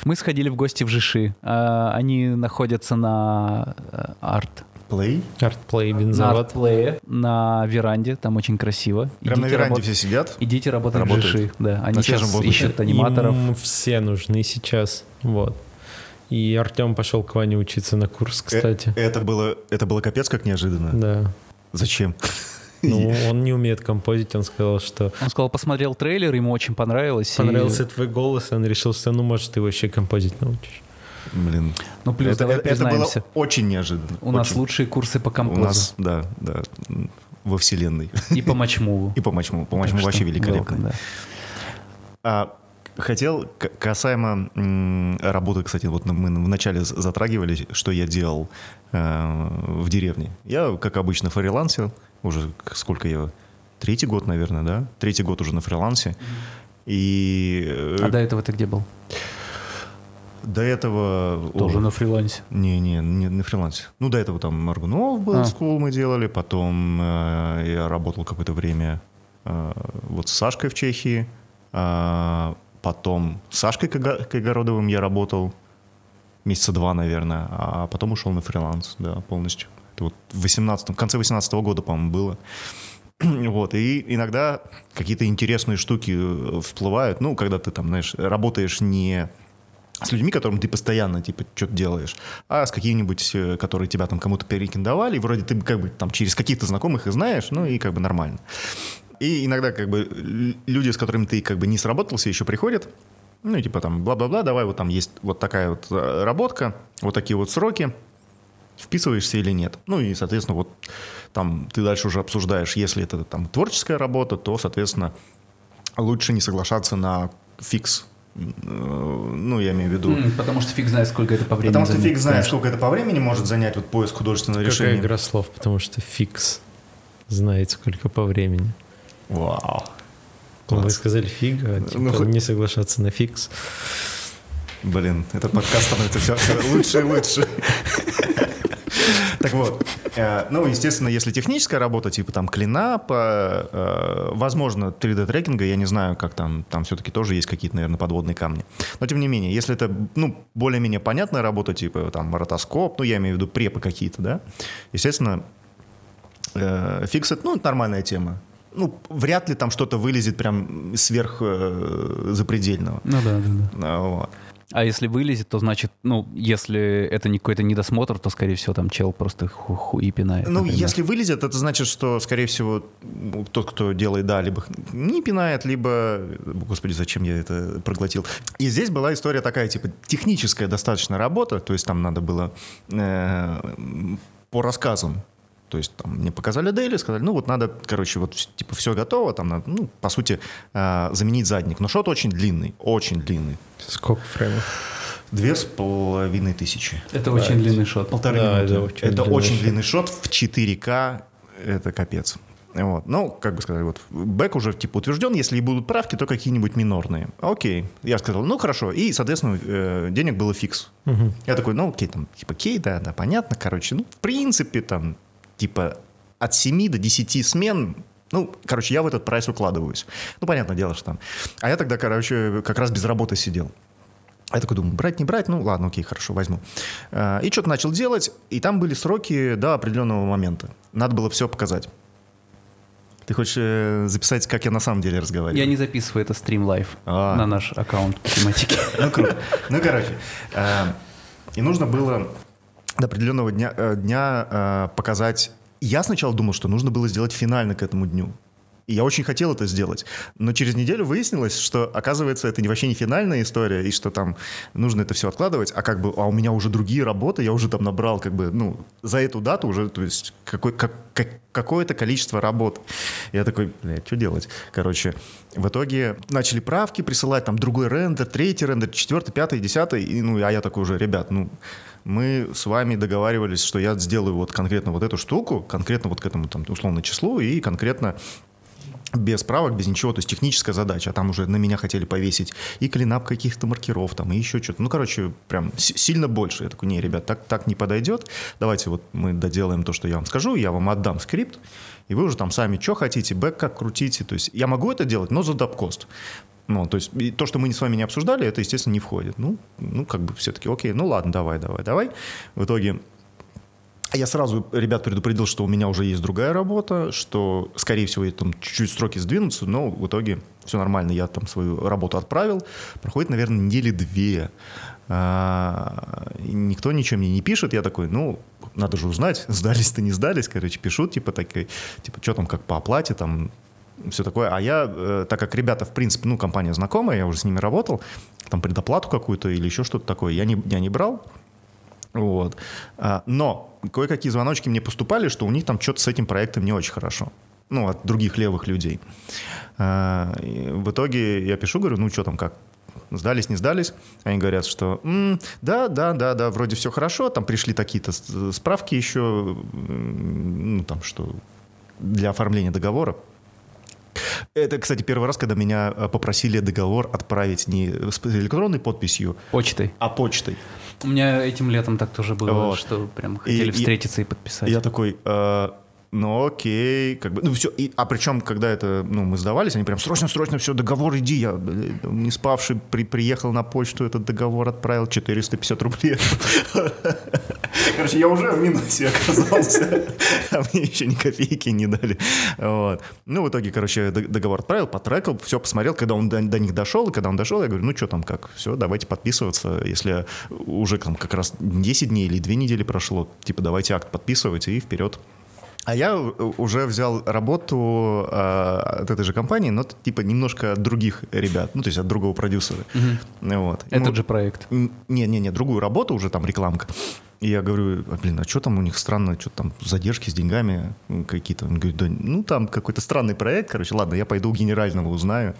[SPEAKER 1] Мы сходили в гости в Жиши. А, Они находятся на э, арт.
[SPEAKER 2] Артплей.
[SPEAKER 4] Артплей,
[SPEAKER 1] На
[SPEAKER 4] бензоват.
[SPEAKER 1] артплее, на веранде, там очень красиво.
[SPEAKER 2] Прям на
[SPEAKER 1] Идите
[SPEAKER 2] веранде
[SPEAKER 1] работ-
[SPEAKER 2] все сидят. Э,
[SPEAKER 1] Идите работать
[SPEAKER 2] Работают.
[SPEAKER 1] в GSH, да. Они
[SPEAKER 2] свежем
[SPEAKER 1] сейчас
[SPEAKER 2] воздухе.
[SPEAKER 1] ищут аниматоров.
[SPEAKER 4] Им все нужны сейчас, вот. И Артем пошел к Ване учиться на курс,
[SPEAKER 2] Э,
[SPEAKER 4] кстати.
[SPEAKER 2] Это было, это было капец как неожиданно.
[SPEAKER 4] Да.
[SPEAKER 2] Зачем?
[SPEAKER 4] Ну, он не умеет композить, он сказал, что
[SPEAKER 1] Он сказал, посмотрел трейлер, ему очень понравилось. и-
[SPEAKER 4] понравился твой голос, и он решил, что ну, может, ты вообще композить научишь.
[SPEAKER 2] Блин.
[SPEAKER 1] Ну, плюс,
[SPEAKER 2] это,
[SPEAKER 1] давай
[SPEAKER 2] это- это было
[SPEAKER 1] признаемся.
[SPEAKER 2] очень неожиданно.
[SPEAKER 1] У нас
[SPEAKER 2] Очень.
[SPEAKER 1] лучшие курсы по
[SPEAKER 2] У
[SPEAKER 1] композу
[SPEAKER 2] нас, да, да, м, во вселенной.
[SPEAKER 1] и по матчмуву.
[SPEAKER 2] И по матчму. По
[SPEAKER 1] Так
[SPEAKER 2] матчму
[SPEAKER 1] что
[SPEAKER 2] вообще великолепно.
[SPEAKER 1] welcome, да.
[SPEAKER 2] А, хотел, к- касаемо м, работы, кстати, вот на- мы вначале з- затрагивали, что я делал э, в деревне. Я, как обычно, фрилансил, уже к- сколько я, третий год, наверное, да? Третий год уже на фрилансе. И э,
[SPEAKER 1] А до этого ты где был?
[SPEAKER 2] до этого... о,
[SPEAKER 1] фрилансе.
[SPEAKER 2] Не, не, не на фрилансе. Ну, до этого там Аргунов был,
[SPEAKER 1] А.
[SPEAKER 2] скул мы делали, потом э, я работал какое-то время э, вот с Сашкой в Чехии, а, потом с Сашкой Кайга- Кайгородовым я работал месяца два, наверное, а потом ушел на фриланс, да, полностью. Это вот в 18 в конце 18 года, по-моему, было. Вот, и иногда какие-то интересные штуки э, всплывают, ну, когда ты там, знаешь, работаешь не с людьми, которым ты постоянно, типа, что-то делаешь, а с какими-нибудь, э, которые тебя там кому-то перекиндовали, и вроде ты как бы там через каких-то знакомых и знаешь, ну, и как бы нормально. И иногда как бы л- люди, с которыми ты как бы не сработался, еще приходят, ну, и типа там бла-бла-бла, давай вот там есть вот такая вот э, работка, вот такие вот сроки, вписываешься или нет. Ну и, соответственно, вот там ты дальше уже обсуждаешь, если это там творческая работа, то, соответственно, лучше не соглашаться на фикс. Э, Ну, я имею в виду.
[SPEAKER 1] Потому что фиг знает, сколько это по времени.
[SPEAKER 2] Потому что фиг
[SPEAKER 1] займет.
[SPEAKER 2] знает, сколько это по времени может занять вот поиск художественного
[SPEAKER 4] Какая
[SPEAKER 2] решения.
[SPEAKER 4] игра слов, потому что фикс знает, сколько по времени.
[SPEAKER 2] Вау.
[SPEAKER 4] Ну, Вы
[SPEAKER 2] Класс.
[SPEAKER 4] сказали фиг, а типа,
[SPEAKER 2] Ну, хоть-
[SPEAKER 4] не соглашаться на фикс.
[SPEAKER 2] Блин, этот подкаст становится все, лучше и лучше. Так вот, э, ну, естественно, если техническая работа, типа там клинапа, э, возможно, 3D-трекинга, я не знаю, как там, там все-таки тоже есть какие-то, наверное, подводные камни. Но, тем не менее, если это, ну, более-менее понятная работа, типа там ротоскоп, ну, я имею в виду препы какие-то, да, естественно, фиксит, ну, это нормальная тема. Ну, вряд ли там что-то вылезет прям сверх э, запредельного.
[SPEAKER 1] Ну да, да, да.
[SPEAKER 2] А, вот.
[SPEAKER 1] А если вылезет, то значит, ну, если это не какой-то недосмотр, то, скорее всего, там чел просто ху- хуи пинает.
[SPEAKER 2] Ну,
[SPEAKER 1] например.
[SPEAKER 2] если вылезет, это значит, что, скорее всего, м, тот, кто делает, да, либо не пинает, либо... Господи, зачем я это проглотил? И здесь была история такая, типа, техническая достаточно работа, то есть там надо было э, м, по рассказам то есть там мне показали дейли, сказали, ну вот надо, короче, вот вс- типа все готово, там надо, ну, по сути, э, заменить задник. Но шот очень длинный, очень длинный.
[SPEAKER 4] Сколько фреймов?
[SPEAKER 2] Две с половиной тысячи.
[SPEAKER 1] Это очень длинный шот.
[SPEAKER 2] Полторы
[SPEAKER 4] Да,
[SPEAKER 2] минуты.
[SPEAKER 4] это
[SPEAKER 2] Это
[SPEAKER 4] очень
[SPEAKER 2] очень,
[SPEAKER 4] длинный шот.
[SPEAKER 2] длинный шот в 4К. Это капец. Вот. Ну, как бы сказать, вот бэк уже типа утвержден, если и будут правки, то какие-нибудь минорные. Окей. Я сказал, ну хорошо. И, соответственно, э, денег было фикс. Я такой, ну окей, там, типа, окей, да, да, понятно, короче. Ну, в принципе, там, типа, от 7 до 10 смен, ну, короче, я в этот прайс укладываюсь. Ну, понятное дело, что там. А я тогда, короче, как раз без работы сидел. Я такой думаю, брать, не брать, ну ладно, окей, хорошо, возьму. А, И что-то начал делать, и там были сроки до определенного момента. Надо было все показать. Ты хочешь э, записать, как я на самом деле разговариваю?
[SPEAKER 1] Я не записываю это стрим лайв
[SPEAKER 2] А.
[SPEAKER 1] на наш аккаунт по тематике.
[SPEAKER 2] Ну, круто. Ну, короче. э, И нужно было до определенного дня, э, дня э, показать... Я сначала думал, что нужно было сделать финально к этому дню. И я очень хотел это сделать. Но через неделю выяснилось, что, оказывается, это не- вообще не финальная история, и что там нужно это все откладывать, а как бы, а у меня уже другие работы, я уже там набрал как бы, ну, за эту дату уже, то есть, какой, как, как- какое-то количество работ. Я такой, блядь, что делать? Короче, в итоге начали правки присылать, там другой рендер, третий рендер, четвертый, пятый, десятый, и, ну, а я такой уже, ребят, ну, мы с вами договаривались, что я сделаю вот конкретно вот эту штуку, конкретно вот к этому там условно числу и конкретно без правок, без ничего, то есть техническая задача, а там уже на меня хотели повесить и клинап каких-то маркеров там, и еще что-то. Ну, короче, прям си- сильно больше. Я такой, не, ребят, так, так не подойдет, давайте вот мы доделаем то, что я вам скажу, я вам отдам скрипт, и вы уже там сами что хотите, бэк как крутите, то есть я могу это делать, но за дабкост. Ну, то есть и то, что мы с вами не обсуждали, это, естественно, не входит. Ну, ну как бы все-таки, окей, ну ладно, давай, давай, давай. В итоге А Я сразу ребят предупредил, что у меня уже есть другая работа, что, скорее всего, там чуть-чуть сроки сдвинутся, но в итоге все нормально. Я там свою работу отправил. Проходит, наверное, недели две. А, и никто ничего мне не пишет. Я такой, ну, надо же узнать, сдались-то не сдались. Короче, пишут, типа, так, типа, что там, как по оплате, там, все такое. А я, э, так как ребята, в принципе, ну, компания знакомая, я уже с ними работал, там предоплату какую-то или еще что-то такое, я не, я не брал. Вот. А, Но кое-какие звоночки мне поступали, что у них там что-то с этим проектом не очень хорошо. Ну, от других левых людей. А, и В итоге я пишу, говорю, ну, что там, как? Сдались, не сдались? Они говорят, что «М, да, да, да, да, вроде все хорошо, там пришли такие-то с- э, справки еще, м, ну, там, что для оформления договора. Это, кстати, первый раз, когда меня э, попросили договор отправить не с электронной подписью,
[SPEAKER 1] Почтой.
[SPEAKER 2] а почтой.
[SPEAKER 1] У меня этим летом так тоже было,
[SPEAKER 2] Вот.
[SPEAKER 1] что прям хотели
[SPEAKER 2] и-
[SPEAKER 1] встретиться и подписать.
[SPEAKER 2] Я такой, «Э, ну окей, как бы, ну все, и, а причем, когда это, ну, мы сдавались, они прям срочно-срочно, все, договор, иди, я э, не спавший, при- приехал на почту, этот договор отправил, 450 рублей. Короче, я уже в минусе оказался, а мне еще ни копейки не дали. Вот. Ну, в итоге, короче, д- договор отправил, потрекал, все посмотрел, когда он до, до них дошел, и когда он дошел, я говорю, ну, что там, как, все, давайте подписываться, если уже там как раз 10 дней или 2 недели прошло, типа, давайте акт подписывать и вперед. А я у- уже взял работу э, от этой же компании, но типа немножко от других ребят, ну то есть от другого продюсера. Вот.
[SPEAKER 1] Этот
[SPEAKER 2] Ну,
[SPEAKER 1] же проект.
[SPEAKER 2] не-не-не, другую работу уже там рекламка. И я говорю, «А, блин, а что там у них странно, что там задержки с деньгами м, какие-то? Он говорит, да, ну там какой-то странный проект, короче, ладно, я пойду у генерального узнаю.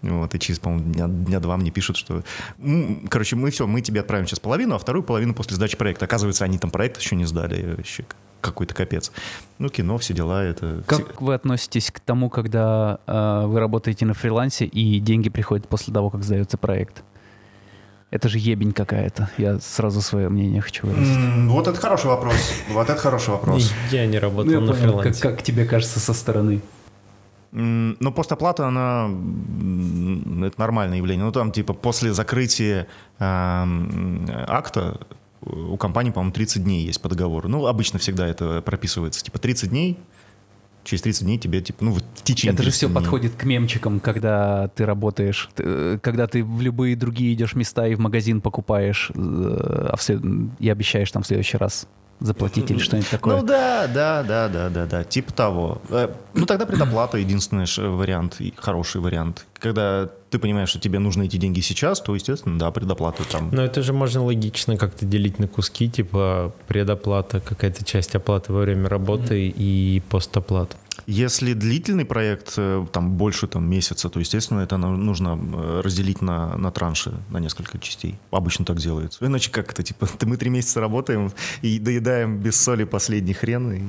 [SPEAKER 2] Вот, и через, по-моему, дня, дня два мне пишут, что, «М, короче, мы все, мы тебе отправим сейчас половину, а вторую половину после сдачи проекта. Оказывается, они там проект еще не сдали, вообще какой-то капец. Ну, кино, все дела, это... все-
[SPEAKER 1] Как Типа, вы относитесь к тому, когда э, вы работаете на фрилансе и деньги приходят после того, как сдается проект? Это же ебень какая-то. Я сразу свое мнение хочу выразить.
[SPEAKER 2] М, Вот это хороший вопрос, вот это хороший вопрос. Ну,
[SPEAKER 4] Я не
[SPEAKER 1] ну,
[SPEAKER 4] работал на фрилансе.
[SPEAKER 1] тебе кажется со стороны?
[SPEAKER 2] М, Ну, постоплата, она... м, Это нормальное явление. Ну, там, типа, после закрытия эм, акта у компании, по-моему, 30 дней есть по договору. Ну, обычно всегда это прописывается. Типа, 30 дней, через 30 дней тебе, типа, ну, в течение...
[SPEAKER 1] Это же
[SPEAKER 2] 30
[SPEAKER 1] все
[SPEAKER 2] дней.
[SPEAKER 1] подходит к мемчикам, когда ты работаешь, Ты, э, когда ты в любые другие идешь места и в магазин покупаешь, э, а в след- и обещаешь там в следующий раз заплатить или что-нибудь такое.
[SPEAKER 2] Ну да, да, да, да, да, да, типа того. Э, Ну тогда предоплата единственный ш- вариант, и хороший вариант. Когда ты понимаешь, что тебе нужны эти деньги сейчас, то, естественно, да, предоплата там.
[SPEAKER 4] Но это же можно логично как-то делить на куски, типа предоплата, какая-то часть оплаты во время работы и постоплата.
[SPEAKER 2] Если длительный проект, э, там больше там, месяца, то, естественно, это на- нужно э, разделить на, на транши, на несколько частей. Обычно так делается. Иначе как это, типа, мы три месяца работаем и доедаем без соли последний хрен. и-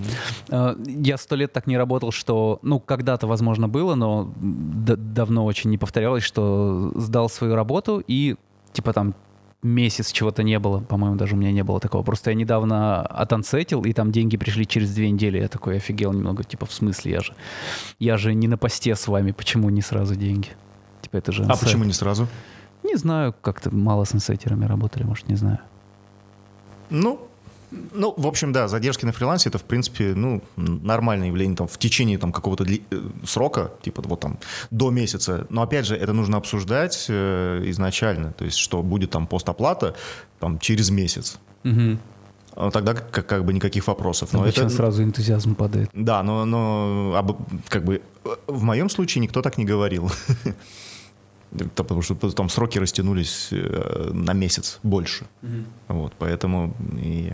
[SPEAKER 1] Э, Я сто лет так не работал, что, ну, когда-то, возможно, было, но д- давно очень не повторялось, что сдал свою работу и, типа, там месяц чего-то не было, по-моему, даже у меня не было такого. Просто я недавно отансетил, и там деньги пришли через две недели. Я такой офигел немного, типа, в смысле, я же, я же не на посте с вами, почему не сразу деньги? Типа, это же
[SPEAKER 2] А
[SPEAKER 1] ансет.
[SPEAKER 2] почему не сразу?
[SPEAKER 1] Не знаю, как-то мало с ансетерами работали, может, не знаю.
[SPEAKER 2] Ну, ну, в общем, да, задержки на фрилансе это, в принципе, ну, н- нормальное явление там в течение там какого-то дли- э, срока, типа вот там до месяца. Но опять же, это нужно обсуждать э, изначально, то есть что будет там постоплата там через месяц.
[SPEAKER 1] Мгм.
[SPEAKER 2] А Тогда как, как бы никаких вопросов. Но
[SPEAKER 1] Ну, Обычно
[SPEAKER 2] Ну, это,
[SPEAKER 1] сразу энтузиазм падает.
[SPEAKER 2] Да, но, но об- как бы э, в моем случае никто так не говорил. Да, Потому что там сроки растянулись э, на месяц больше. Вот, поэтому и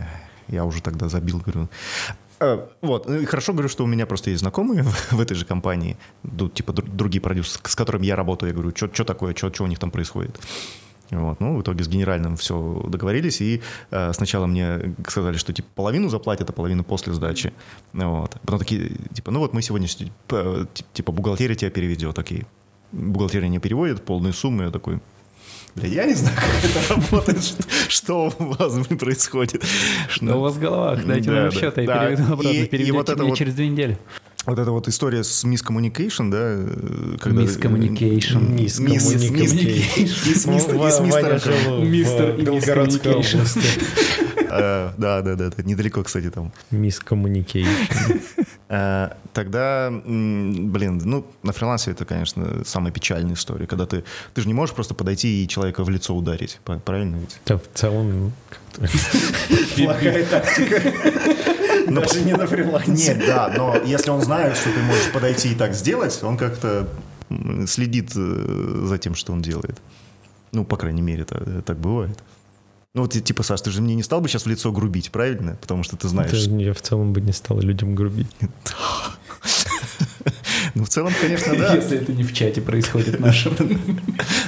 [SPEAKER 2] я уже тогда забил, говорю. Э, Вот, ну и хорошо говорю, что у меня просто есть знакомые в в этой же компании, тут типа дру- другие продюсеры, с которыми я работаю, я говорю, что такое, что у них там происходит. Вот, ну, в итоге с генеральным все договорились, и э, сначала мне сказали, что, типа, половину заплатят, а половину после сдачи. Вот. Потом такие, типа, ну вот мы сегодня, с- э, ти- типа, бухгалтерия тебя переведет, окей. Бухгалтерия не переводит, полные суммы, я такой, бля, я не знаю, как это работает, что- что у вас блин, происходит.
[SPEAKER 1] Но у вас в головах, дайте
[SPEAKER 2] Да,
[SPEAKER 1] номер
[SPEAKER 2] да,
[SPEAKER 1] счета, я
[SPEAKER 2] да.
[SPEAKER 1] переведу обратно,
[SPEAKER 2] И- и
[SPEAKER 1] переведете
[SPEAKER 2] вот это
[SPEAKER 1] мне
[SPEAKER 2] вот-
[SPEAKER 1] через две недели.
[SPEAKER 2] Вот эта вот история с Miss Communication, да? э, Когда...
[SPEAKER 1] Мискоммуникейшн.
[SPEAKER 2] Мисс- мисс- мисс-
[SPEAKER 4] Communication.
[SPEAKER 2] И с мистер- и с
[SPEAKER 4] Ва- Ну, Ваня
[SPEAKER 2] мистером.
[SPEAKER 4] жил в
[SPEAKER 1] Мистер и мисс
[SPEAKER 4] Белгородской
[SPEAKER 1] Communication.
[SPEAKER 4] области.
[SPEAKER 2] Э, Да, да, да, да, недалеко, кстати, там.
[SPEAKER 4] Мисс Communication.
[SPEAKER 2] Э, Тогда, м, блин, ну, на фрилансе это, конечно, самая печальная история, когда ты, ты же не можешь просто подойти и человека в лицо ударить, па- правильно ведь?
[SPEAKER 4] Да, в целом, ну, как-то
[SPEAKER 5] Плохая тактика. Даже не на фрилансе.
[SPEAKER 2] Нет, да, но если он знает, что ты можешь подойти и так сделать, он как-то м, следит э, за тем, что он делает. Ну, по крайней мере, та- так бывает. Ну, вот, и типа, Саш, ты же мне не стал бы сейчас в лицо грубить, правильно? Потому что ты знаешь,
[SPEAKER 4] даже я в целом бы не стал людям грубить.
[SPEAKER 2] Ну, в целом, конечно, да.
[SPEAKER 1] Если это не в чате происходит нашем.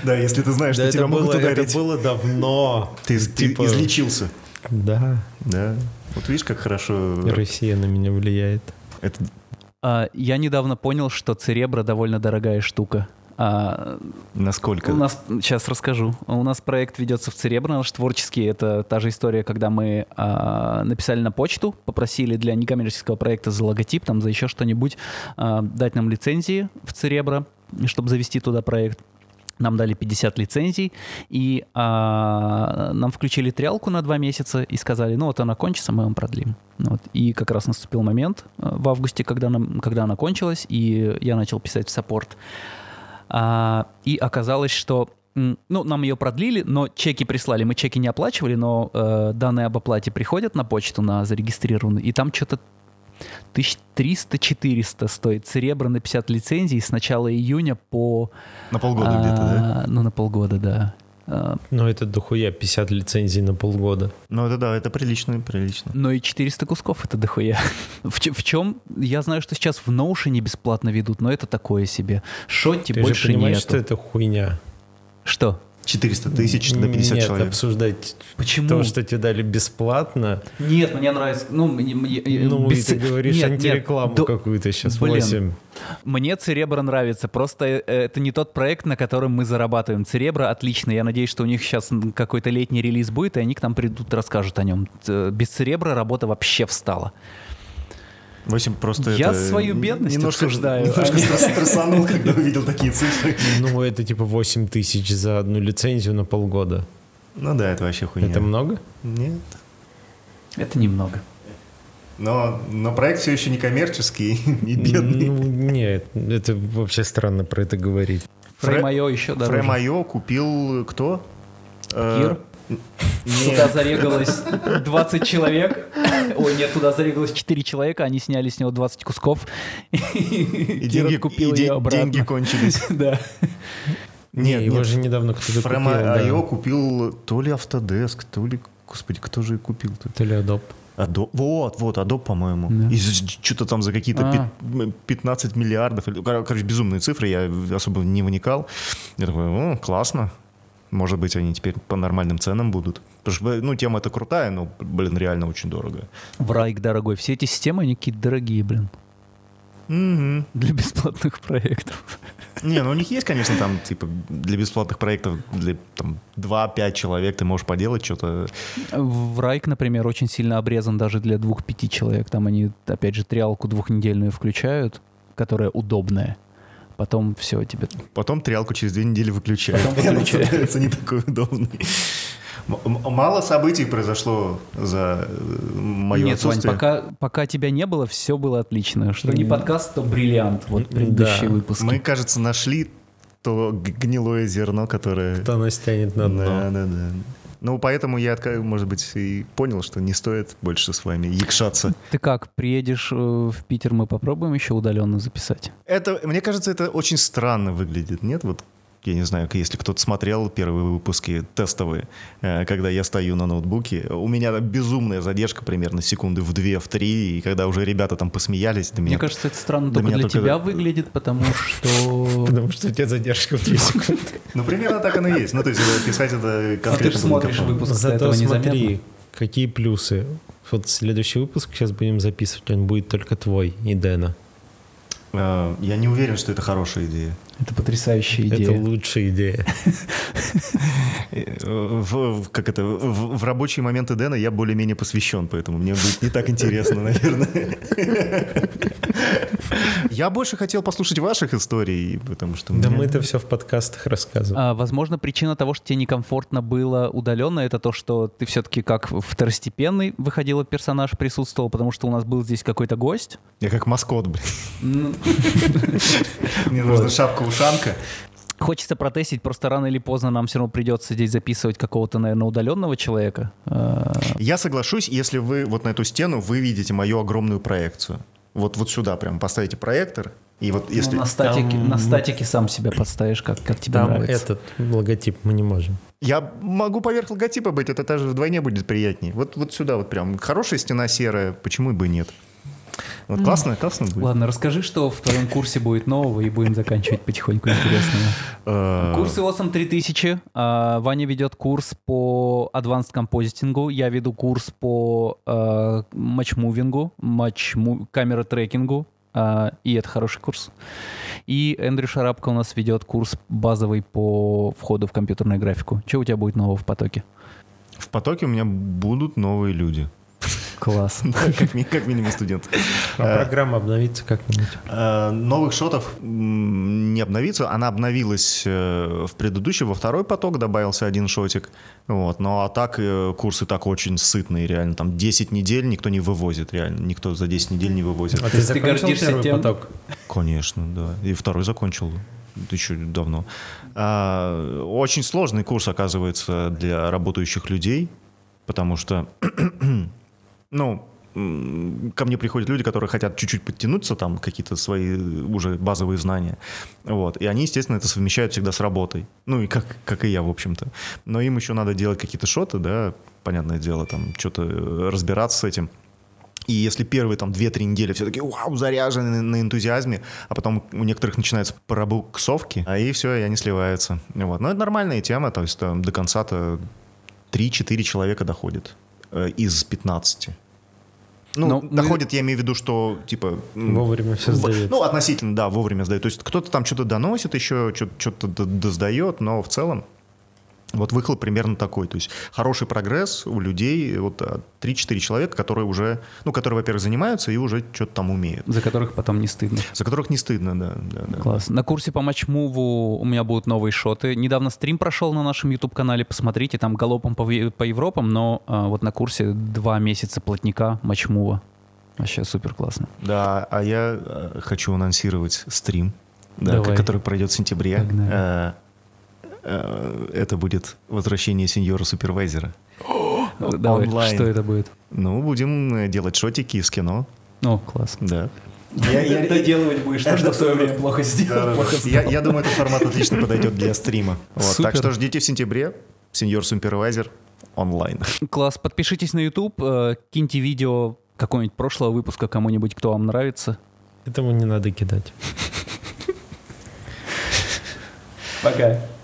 [SPEAKER 2] Да, если ты знаешь, А что тебя могут ударить.
[SPEAKER 4] было давно.
[SPEAKER 2] Ты ты
[SPEAKER 4] типа-
[SPEAKER 2] излечился.
[SPEAKER 4] Да,
[SPEAKER 2] Да. Вот видишь, как хорошо...
[SPEAKER 4] Россия на меня влияет.
[SPEAKER 2] Это...
[SPEAKER 1] А, Я недавно понял, что церебра довольно дорогая штука. А,
[SPEAKER 2] Насколько?
[SPEAKER 1] у нас, сейчас расскажу. У нас проект ведется в Церебро, наш творческий. Это та же история, когда мы а, написали на почту, попросили для некоммерческого проекта за логотип, там, за еще что-нибудь, а, дать нам лицензии в Церебро, чтобы завести туда проект. Нам дали 50 лицензий, и а, нам включили трялку на два месяца и сказали, ну вот она кончится, мы вам продлим. Ну Вот. И как раз наступил момент э, в августе, когда, нам, когда она кончилась, и я начал писать в саппорт. А, и оказалось, что м, ну, нам ее продлили, но чеки прислали. Мы чеки не оплачивали, но э, данные об оплате приходят на почту, на зарегистрированную, и там что-то 1300-400 стоит серебро на 50 лицензий с начала июня по...
[SPEAKER 2] На полгода
[SPEAKER 1] а,
[SPEAKER 2] где-то, да?
[SPEAKER 1] Ну, на полгода, да. А,
[SPEAKER 4] Но это дохуя 50 лицензий на полгода.
[SPEAKER 2] Ну, это да, это прилично, прилично.
[SPEAKER 1] Но ну и 400 кусков это дохуя. В, чем- в чем? Я знаю, что сейчас в Notion бесплатно ведут, но это такое себе. Шотти
[SPEAKER 4] Ты же
[SPEAKER 1] больше
[SPEAKER 4] понимаешь,
[SPEAKER 1] нету.
[SPEAKER 4] что это хуйня.
[SPEAKER 1] Что?
[SPEAKER 2] 400 тысяч на 50
[SPEAKER 4] Нет,
[SPEAKER 2] человек.
[SPEAKER 4] обсуждать
[SPEAKER 1] Почему?
[SPEAKER 4] то, что тебе дали бесплатно.
[SPEAKER 1] Нет, мне нравится. Ну, мне, мне-
[SPEAKER 4] Ну,
[SPEAKER 1] без-
[SPEAKER 4] и ты говоришь
[SPEAKER 1] Нет, нет,
[SPEAKER 4] антирекламу
[SPEAKER 1] до-
[SPEAKER 4] какую-то сейчас.
[SPEAKER 1] Блин.
[SPEAKER 4] 8.
[SPEAKER 1] Мне Церебро нравится, просто э, это не тот проект, на котором мы зарабатываем. Церебро отлично, я надеюсь, что у них сейчас какой-то летний релиз будет, и они к нам придут, расскажут о нем. Т- Без Церебра работа вообще встала.
[SPEAKER 2] 8 просто
[SPEAKER 1] Я
[SPEAKER 2] это
[SPEAKER 1] свою бедность
[SPEAKER 2] немножко,
[SPEAKER 1] обсуждаю,
[SPEAKER 2] Немножко
[SPEAKER 1] а не-
[SPEAKER 2] стресс- стрессанул, когда увидел такие цифры.
[SPEAKER 4] Ну, это типа 8 тысяч за одну лицензию на полгода.
[SPEAKER 2] Ну да, это вообще хуйня.
[SPEAKER 4] Это много?
[SPEAKER 2] Нет.
[SPEAKER 1] Это немного.
[SPEAKER 2] Но, но проект все еще не коммерческий, не бедный.
[SPEAKER 4] Ну, нет, это вообще странно про это говорить.
[SPEAKER 2] Фре-
[SPEAKER 1] Фреймайо еще дороже.
[SPEAKER 2] Фреймайо купил кто? Э,
[SPEAKER 1] Кир? Туда зарегалось 20 человек. Ой, нет, туда зарегалось 4 человека, они сняли с него 20 кусков.
[SPEAKER 2] И
[SPEAKER 1] И
[SPEAKER 2] деньги,
[SPEAKER 1] Кира купил
[SPEAKER 2] и де-
[SPEAKER 1] ее обратно.
[SPEAKER 2] деньги кончились.
[SPEAKER 1] Да.
[SPEAKER 2] Нет,
[SPEAKER 4] Не, его
[SPEAKER 2] нет.
[SPEAKER 4] же недавно кто-то купил.
[SPEAKER 2] Фреймайо
[SPEAKER 4] да.
[SPEAKER 2] купил то ли Автодеск, то ли... Господи, кто же купил-то?
[SPEAKER 4] То ли Adobe.
[SPEAKER 2] Adobe. Вот, вот, Adobe, по-моему.
[SPEAKER 1] Да.
[SPEAKER 2] И что-то там за какие-то
[SPEAKER 1] А.
[SPEAKER 2] пят- м, 15 миллиардов. или- кор- Короче, безумные цифры, я особо не вникал. Я такой, «О, классно. Может быть, они теперь по нормальным ценам будут. Потому что, ну, тема эта крутая, но, блин, реально очень дорого.
[SPEAKER 1] Врайк дорогой. Все эти системы, они какие-то дорогие, блин.
[SPEAKER 2] Мгм.
[SPEAKER 1] Для бесплатных проектов.
[SPEAKER 2] Не, ну у них есть, конечно, там, типа, для бесплатных проектов, для там 2-5 человек ты можешь поделать что-то.
[SPEAKER 1] Врайк, например, очень сильно обрезан даже для двух-пяти человек. Там они, опять же, триалку двухнедельную включают, которая удобная. Потом все тебе...
[SPEAKER 2] Потом триалку через две недели выключают.
[SPEAKER 1] Потом выключают.
[SPEAKER 2] Она становится не такой удобной. М- м- Мало событий произошло за э, мое
[SPEAKER 1] Нет, Вань,
[SPEAKER 2] отсутствие.
[SPEAKER 1] пока, пока тебя не было, все было отлично. Что не подкаст, то бриллиант. Вот
[SPEAKER 4] Да.
[SPEAKER 1] предыдущие выпуски.
[SPEAKER 2] Мы, кажется, нашли то г- гнилое зерно, которое...
[SPEAKER 4] Кто нас тянет на дно.
[SPEAKER 2] Да, да, да. Ну, поэтому я, отка- может быть, и понял, что не стоит больше с вами якшаться.
[SPEAKER 1] Ты как, приедешь э, в Питер, мы попробуем еще удаленно записать?
[SPEAKER 2] Это, мне кажется, это очень странно выглядит, нет? Вот я не знаю, если кто-то смотрел первые выпуски тестовые, э, когда я стою на ноутбуке, у меня там безумная задержка примерно секунды в две, в три, и когда уже ребята там посмеялись, до меня...
[SPEAKER 1] Мне кажется, это странно
[SPEAKER 2] Да
[SPEAKER 1] только
[SPEAKER 2] меня
[SPEAKER 1] для
[SPEAKER 2] только-
[SPEAKER 1] тебя выглядит, потому что...
[SPEAKER 4] Потому что у тебя задержка в 2 секунды.
[SPEAKER 2] Ну, примерно так оно и есть. Ну, то есть э, писать это
[SPEAKER 1] А ты же
[SPEAKER 2] конкретно... было
[SPEAKER 1] смотришь
[SPEAKER 2] никому.
[SPEAKER 1] выпуск,
[SPEAKER 4] Зато
[SPEAKER 1] этого незаметно.
[SPEAKER 4] смотри, какие плюсы. Вот следующий выпуск сейчас будем записывать, он будет только твой и Дэна.
[SPEAKER 2] Э, Я не уверен, что это хорошая идея.
[SPEAKER 1] Это потрясающая идея.
[SPEAKER 4] Это лучшая идея.
[SPEAKER 2] Э, В, в- как это, в, в рабочие моменты Дэна я более-менее посвящен, поэтому мне будет не так интересно, наверное. Я больше хотел послушать ваших историй, потому что...
[SPEAKER 4] Да
[SPEAKER 2] мне-
[SPEAKER 4] мы это все в подкастах рассказываем.
[SPEAKER 1] А, возможно, причина того, что тебе некомфортно было удаленно, это то, что ты все-таки как второстепенный выходила персонаж, присутствовал, потому что у нас был здесь какой-то гость.
[SPEAKER 2] Я как маскот, блин. Мне нужна шапка-ушанка.
[SPEAKER 1] Хочется протестить, просто рано или поздно нам все равно придется здесь записывать какого-то, наверное, удаленного человека. А,
[SPEAKER 2] Я соглашусь, если вы вот на эту стену вы видите мою огромную проекцию. Вот, вот сюда прям поставите проектор, и вот если...
[SPEAKER 1] ну, на, статике,
[SPEAKER 4] там-
[SPEAKER 1] на статике сам себя подставишь, как, как тебе
[SPEAKER 4] Там
[SPEAKER 1] нравится.
[SPEAKER 4] этот логотип мы не можем.
[SPEAKER 2] Я могу поверх логотипа быть, это даже вдвойне будет приятнее. Вот, вот сюда вот прям. Хорошая стена серая, почему бы и нет? Вот классно, классно будет.
[SPEAKER 1] Ладно, расскажи, что в твоем курсе будет нового, и будем заканчивать потихоньку интересного.
[SPEAKER 2] Э,
[SPEAKER 1] Курсы Awesome 3000. а, Ваня ведет курс по advanced композитингу. Я веду курс по э, матчмувингу, матчму- камера-трекингу. а, И это хороший курс. И Эндрю Шарапко у нас ведет курс базовый по входу в компьютерную графику. Что у тебя будет нового в потоке?
[SPEAKER 2] В потоке у меня будут новые люди.
[SPEAKER 1] Класс.
[SPEAKER 2] Да, Как ми- как минимум студент.
[SPEAKER 1] Э.
[SPEAKER 4] А программа обновится как-нибудь.
[SPEAKER 2] Э, Новых шотов м, не обновится. Она обновилась э, в предыдущий, во второй поток добавился один шотик. Вот. Ну а так э, курсы так очень сытные, реально. Там 10 недель никто не вывозит, реально. Никто за 10 недель не вывозит.
[SPEAKER 4] А
[SPEAKER 1] ты закончил первый
[SPEAKER 4] поток?
[SPEAKER 2] Конечно, да. И второй закончил еще давно. А, Очень сложный курс, оказывается, для работающих людей, потому что, ну, м, ко мне приходят люди, которые хотят чуть-чуть подтянуться, там, какие-то свои уже базовые знания. Вот. И они, естественно, это совмещают всегда с работой. Ну, и как, как и я, в общем-то. Но им еще надо делать какие-то шоты, да, понятное дело, там, что-то э, разбираться с этим. И если первые там 2-3 недели все такие вау, заряжены на энтузиазме, а потом у некоторых начинаются пробуксовки, а и все, и они сливаются. Вот. Но это нормальная тема, то есть там до конца-то 3-4 человека доходит э, из 15. Ну,
[SPEAKER 1] Но мы-
[SPEAKER 2] доходит, я имею в виду, что типа... м,
[SPEAKER 4] Вовремя все
[SPEAKER 2] в-
[SPEAKER 4] сдают.
[SPEAKER 2] Ну, относительно, да, вовремя сдают. То есть кто-то там что-то доносит еще, что-то доздает, но в целом вот выхлоп примерно такой. То есть хороший прогресс у людей, вот а, 3-4 человека, которые уже, ну, которые, во-первых, занимаются и уже что-то там умеют.
[SPEAKER 1] За которых потом не стыдно.
[SPEAKER 2] За которых не стыдно, да. да, да.
[SPEAKER 1] Класс. На курсе по матчмуву у меня будут новые шоты. Недавно стрим прошел на нашем YouTube-канале, посмотрите, там галопом по, Ве- по Европам, но а, вот на курсе два месяца плотника матчмува. Вообще супер классно.
[SPEAKER 2] Да, а я э, хочу анонсировать стрим, да,
[SPEAKER 1] Давай.
[SPEAKER 2] ко- который пройдет в сентябре.
[SPEAKER 1] Погнали.
[SPEAKER 2] Э, э, Это будет возвращение сеньора-супервайзера.
[SPEAKER 1] Давай,
[SPEAKER 2] онлайн.
[SPEAKER 1] что это будет?
[SPEAKER 2] Ну, будем э, делать шотики из кино,
[SPEAKER 1] О, класс.
[SPEAKER 2] да.
[SPEAKER 1] Доделывать будешь, то, что в свое время плохо сделал.
[SPEAKER 2] Я, я думаю, этот формат отлично подойдет для стрима. Вот,
[SPEAKER 1] Супер.
[SPEAKER 2] так что ждите в сентябре. Сеньор Супервайзер онлайн.
[SPEAKER 1] Класс, подпишитесь на YouTube, э, киньте видео какого-нибудь прошлого выпуска кому-нибудь, кто вам нравится.
[SPEAKER 4] Этому не надо кидать.
[SPEAKER 5] Пока.